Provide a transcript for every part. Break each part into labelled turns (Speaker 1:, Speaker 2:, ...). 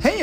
Speaker 1: Hey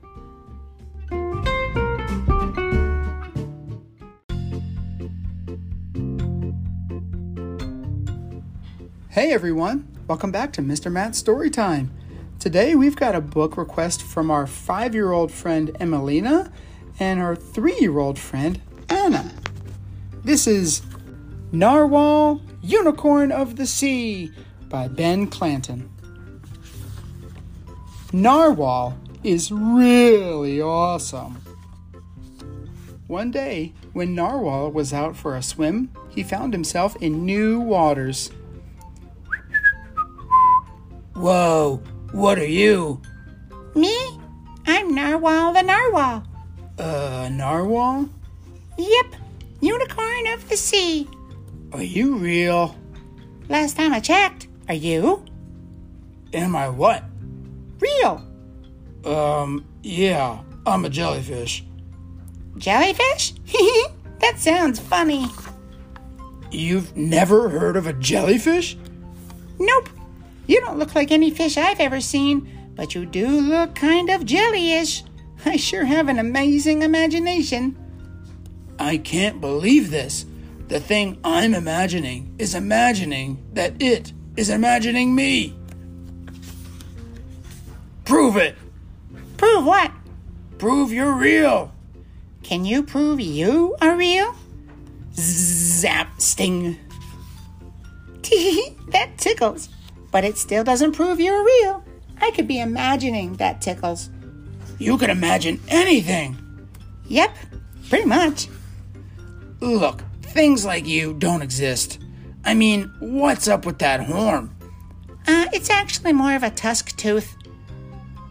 Speaker 1: Hey everyone, welcome back to Mr. Matt's Storytime. Today we've got a book request from our five year old friend Emelina and our three year old friend Anna. This is Narwhal Unicorn of the Sea by Ben Clanton. Narwhal is really awesome. One day, when Narwhal was out for a swim, he found himself in new waters.
Speaker 2: Whoa, what are you?
Speaker 3: Me? I'm Narwhal the Narwhal.
Speaker 1: Uh, Narwhal?
Speaker 3: Yep, unicorn of the sea.
Speaker 1: Are you real?
Speaker 3: Last time I checked, are you?
Speaker 1: Am I what?
Speaker 3: Real.
Speaker 1: Um, yeah, I'm a jellyfish.
Speaker 3: Jellyfish? that sounds funny.
Speaker 1: You've never heard of a jellyfish?
Speaker 3: Nope. You don't look like any fish I've ever seen, but you do look kind of jellyish. I sure have an amazing imagination.
Speaker 1: I can't believe this. The thing I'm imagining is imagining that it is imagining me. Prove it.
Speaker 3: Prove what?
Speaker 1: Prove you're real.
Speaker 3: Can you prove you are real? Zap sting. that tickles, but it still doesn't prove you're real. I could be imagining that tickles.
Speaker 1: You can imagine anything.
Speaker 3: Yep, pretty much.
Speaker 1: Look, things like you don't exist. I mean, what's up with that horn?
Speaker 3: Uh, it's actually more of a tusk tooth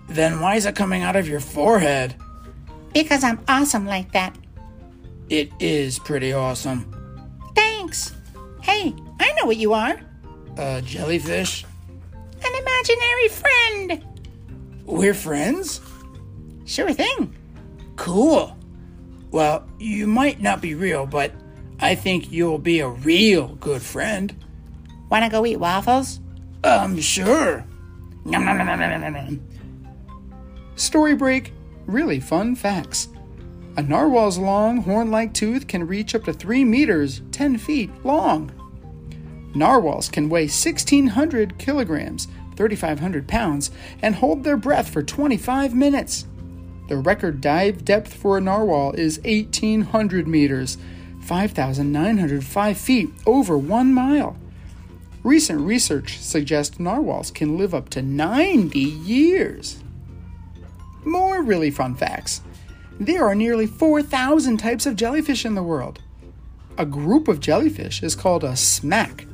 Speaker 1: Then why is it coming out of your forehead?
Speaker 3: because I'm awesome like that.
Speaker 1: It is pretty awesome.
Speaker 3: Thanks. Hey, I know what you are an
Speaker 1: Uh, jellyfish?
Speaker 3: imaginary friend.
Speaker 1: We're friends?
Speaker 3: Sure thing.
Speaker 1: Cool. Well, you might not be real, but I think you'll be a real good friend.
Speaker 3: Wanna go eat waffles?
Speaker 1: I'm Um, sure. Nom, nom, nom, nom, nom, nom, nom. Story break really fun facts. A narwhal's long, horn like tooth can reach up to 3 meters, 10 feet long. Narwhals can weigh 1,600 kilograms, 3,500 pounds, and hold their breath for 25 minutes. The record dive depth for a narwhal is 1,800 meters, 5,905 feet, over one mile. Recent research suggests narwhals can live up to 90 years. More really fun facts. There are nearly 4,000 types of jellyfish in the world. A group of jellyfish is called a smack.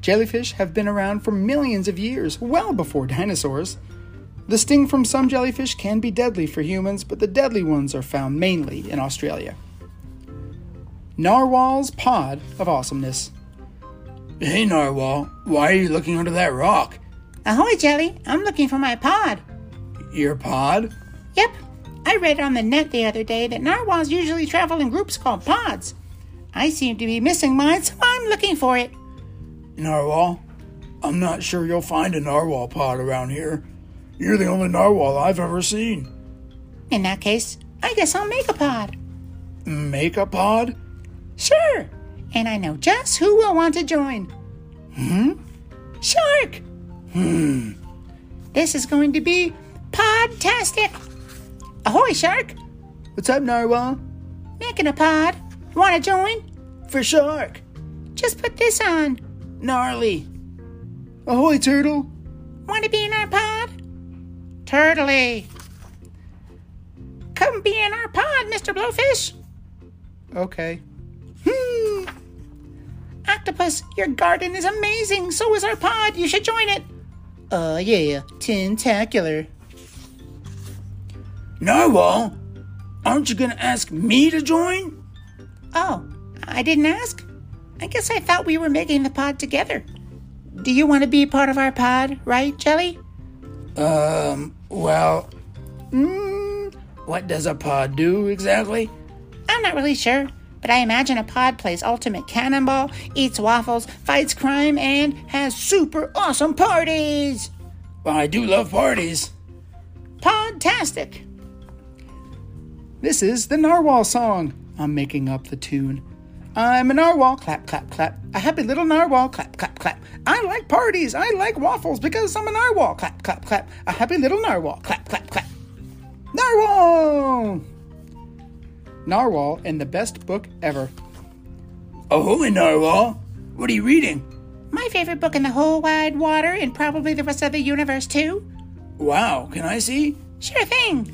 Speaker 1: Jellyfish have been around for millions of years, well before dinosaurs. The sting from some jellyfish can be deadly for humans, but the deadly ones are found mainly in Australia. Narwhal's Pod of Awesomeness. Hey, Narwhal, why are you looking under that rock?
Speaker 3: Ahoy, Jelly. I'm looking for my pod.
Speaker 1: Your pod?
Speaker 3: Yep. I read on the net the other day that narwhals usually travel in groups called pods. I seem to be missing mine, so I'm looking for it.
Speaker 1: Narwhal, I'm not sure you'll find a narwhal pod around here. You're the only narwhal I've ever seen.
Speaker 3: In that case, I guess I'll make a pod.
Speaker 1: Make a pod?
Speaker 3: Sure. And I know just who will want to join. Hmm? Shark. Hmm. This is going to be podtastic. Ahoy, Shark.
Speaker 1: What's up, narwhal?
Speaker 3: Making a pod. Want to join?
Speaker 1: For shark.
Speaker 3: Just put this on.
Speaker 1: Gnarly. Ahoy, turtle.
Speaker 3: Want to be in our pod? Turtley. Come be in our pod, Mr. Blowfish.
Speaker 1: Okay.
Speaker 3: Hmm. Octopus, your garden is amazing. So is our pod. You should join it. Uh, yeah. Tentacular.
Speaker 1: Narwhal, aren't you gonna ask me to join?
Speaker 3: Oh, I didn't ask? I guess I thought we were making the pod together. Do you want to be part of our pod, right, Jelly?
Speaker 2: Um, well,
Speaker 1: hmm,
Speaker 2: mm, what does a pod do exactly?
Speaker 3: I'm not really sure, but I imagine a pod plays ultimate cannonball, eats waffles, fights crime, and has super awesome parties.
Speaker 2: Well, I do love parties.
Speaker 3: Podtastic!
Speaker 1: This is the narwhal song. I'm making up the tune. I'm a narwhal, clap, clap, clap. A happy little narwhal, clap, clap, clap. I like parties, I like waffles because I'm a narwhal, clap, clap, clap. A happy little narwhal, clap, clap, clap. Narwhal! Narwhal and the best book ever.
Speaker 2: A holy narwhal? What are you reading?
Speaker 3: My favorite book in the whole wide water and probably the rest of the universe, too.
Speaker 2: Wow, can I see?
Speaker 3: Sure thing.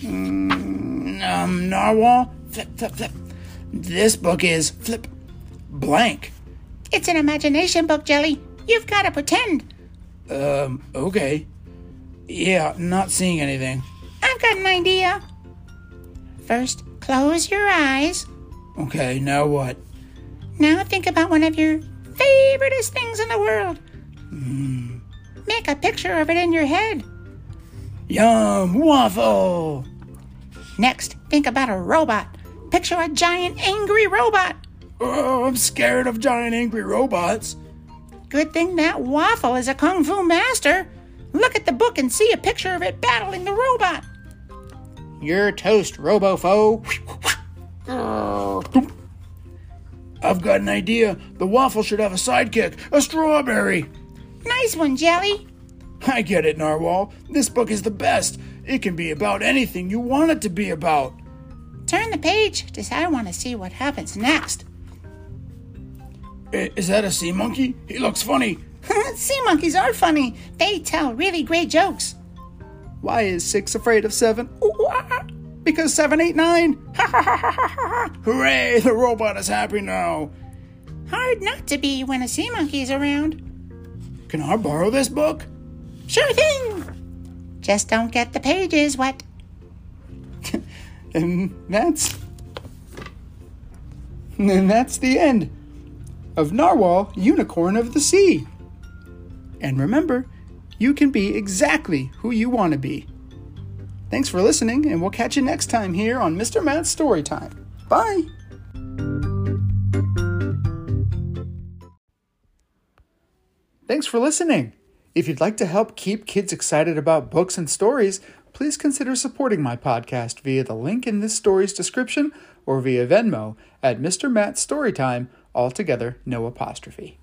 Speaker 2: Mm, um, narwhal? Flip, flip, flip. This book is flip blank.
Speaker 3: It's an imagination book, Jelly. You've got to pretend.
Speaker 2: Um, okay. Yeah, not seeing anything.
Speaker 3: I've got an idea. First, close your eyes.
Speaker 2: Okay, now what?
Speaker 3: Now think about one of your favoriteest things in the world. Hmm.
Speaker 2: Mm.
Speaker 3: Make a picture of it in your head.
Speaker 2: Yum, waffle!
Speaker 3: Next, think about a robot. Picture a giant angry robot.
Speaker 2: Oh, I'm scared of giant angry robots.
Speaker 3: Good thing that waffle is a kung fu master. Look at the book and see a picture of it battling the robot.
Speaker 1: Your toast, Robofo.
Speaker 2: I've got an idea. The waffle should have a sidekick, a strawberry.
Speaker 3: Nice one, Jelly.
Speaker 2: I get it, Narwhal. This book is the best. It can be about anything you want it to be about.
Speaker 3: Turn the page. Just I want to see what happens next.
Speaker 2: I- Is that a sea monkey? He looks funny.
Speaker 3: sea monkeys are funny. They tell really great jokes.
Speaker 1: Why is six afraid of seven? Ooh, ah, because seven, eight, nine. Ha ha ha ha ha ha.
Speaker 2: Hooray, the robot is happy now.
Speaker 3: Hard not to be when a sea monkey's around.
Speaker 2: Can I borrow this book?
Speaker 3: Sure thing. Just don't get the pages wet.
Speaker 1: And that's. And that's the end of Narwhal Unicorn of the Sea. And remember, you can be exactly who you want to be. Thanks for listening, and we'll catch you next time here on Mr. Matt's Storytime. Bye! Thanks for listening. If you'd like to help keep kids excited about books and stories, please consider supporting my podcast via the link in this story's description or via Venmo at Mr. Matt's Storytime, altogether no apostrophe.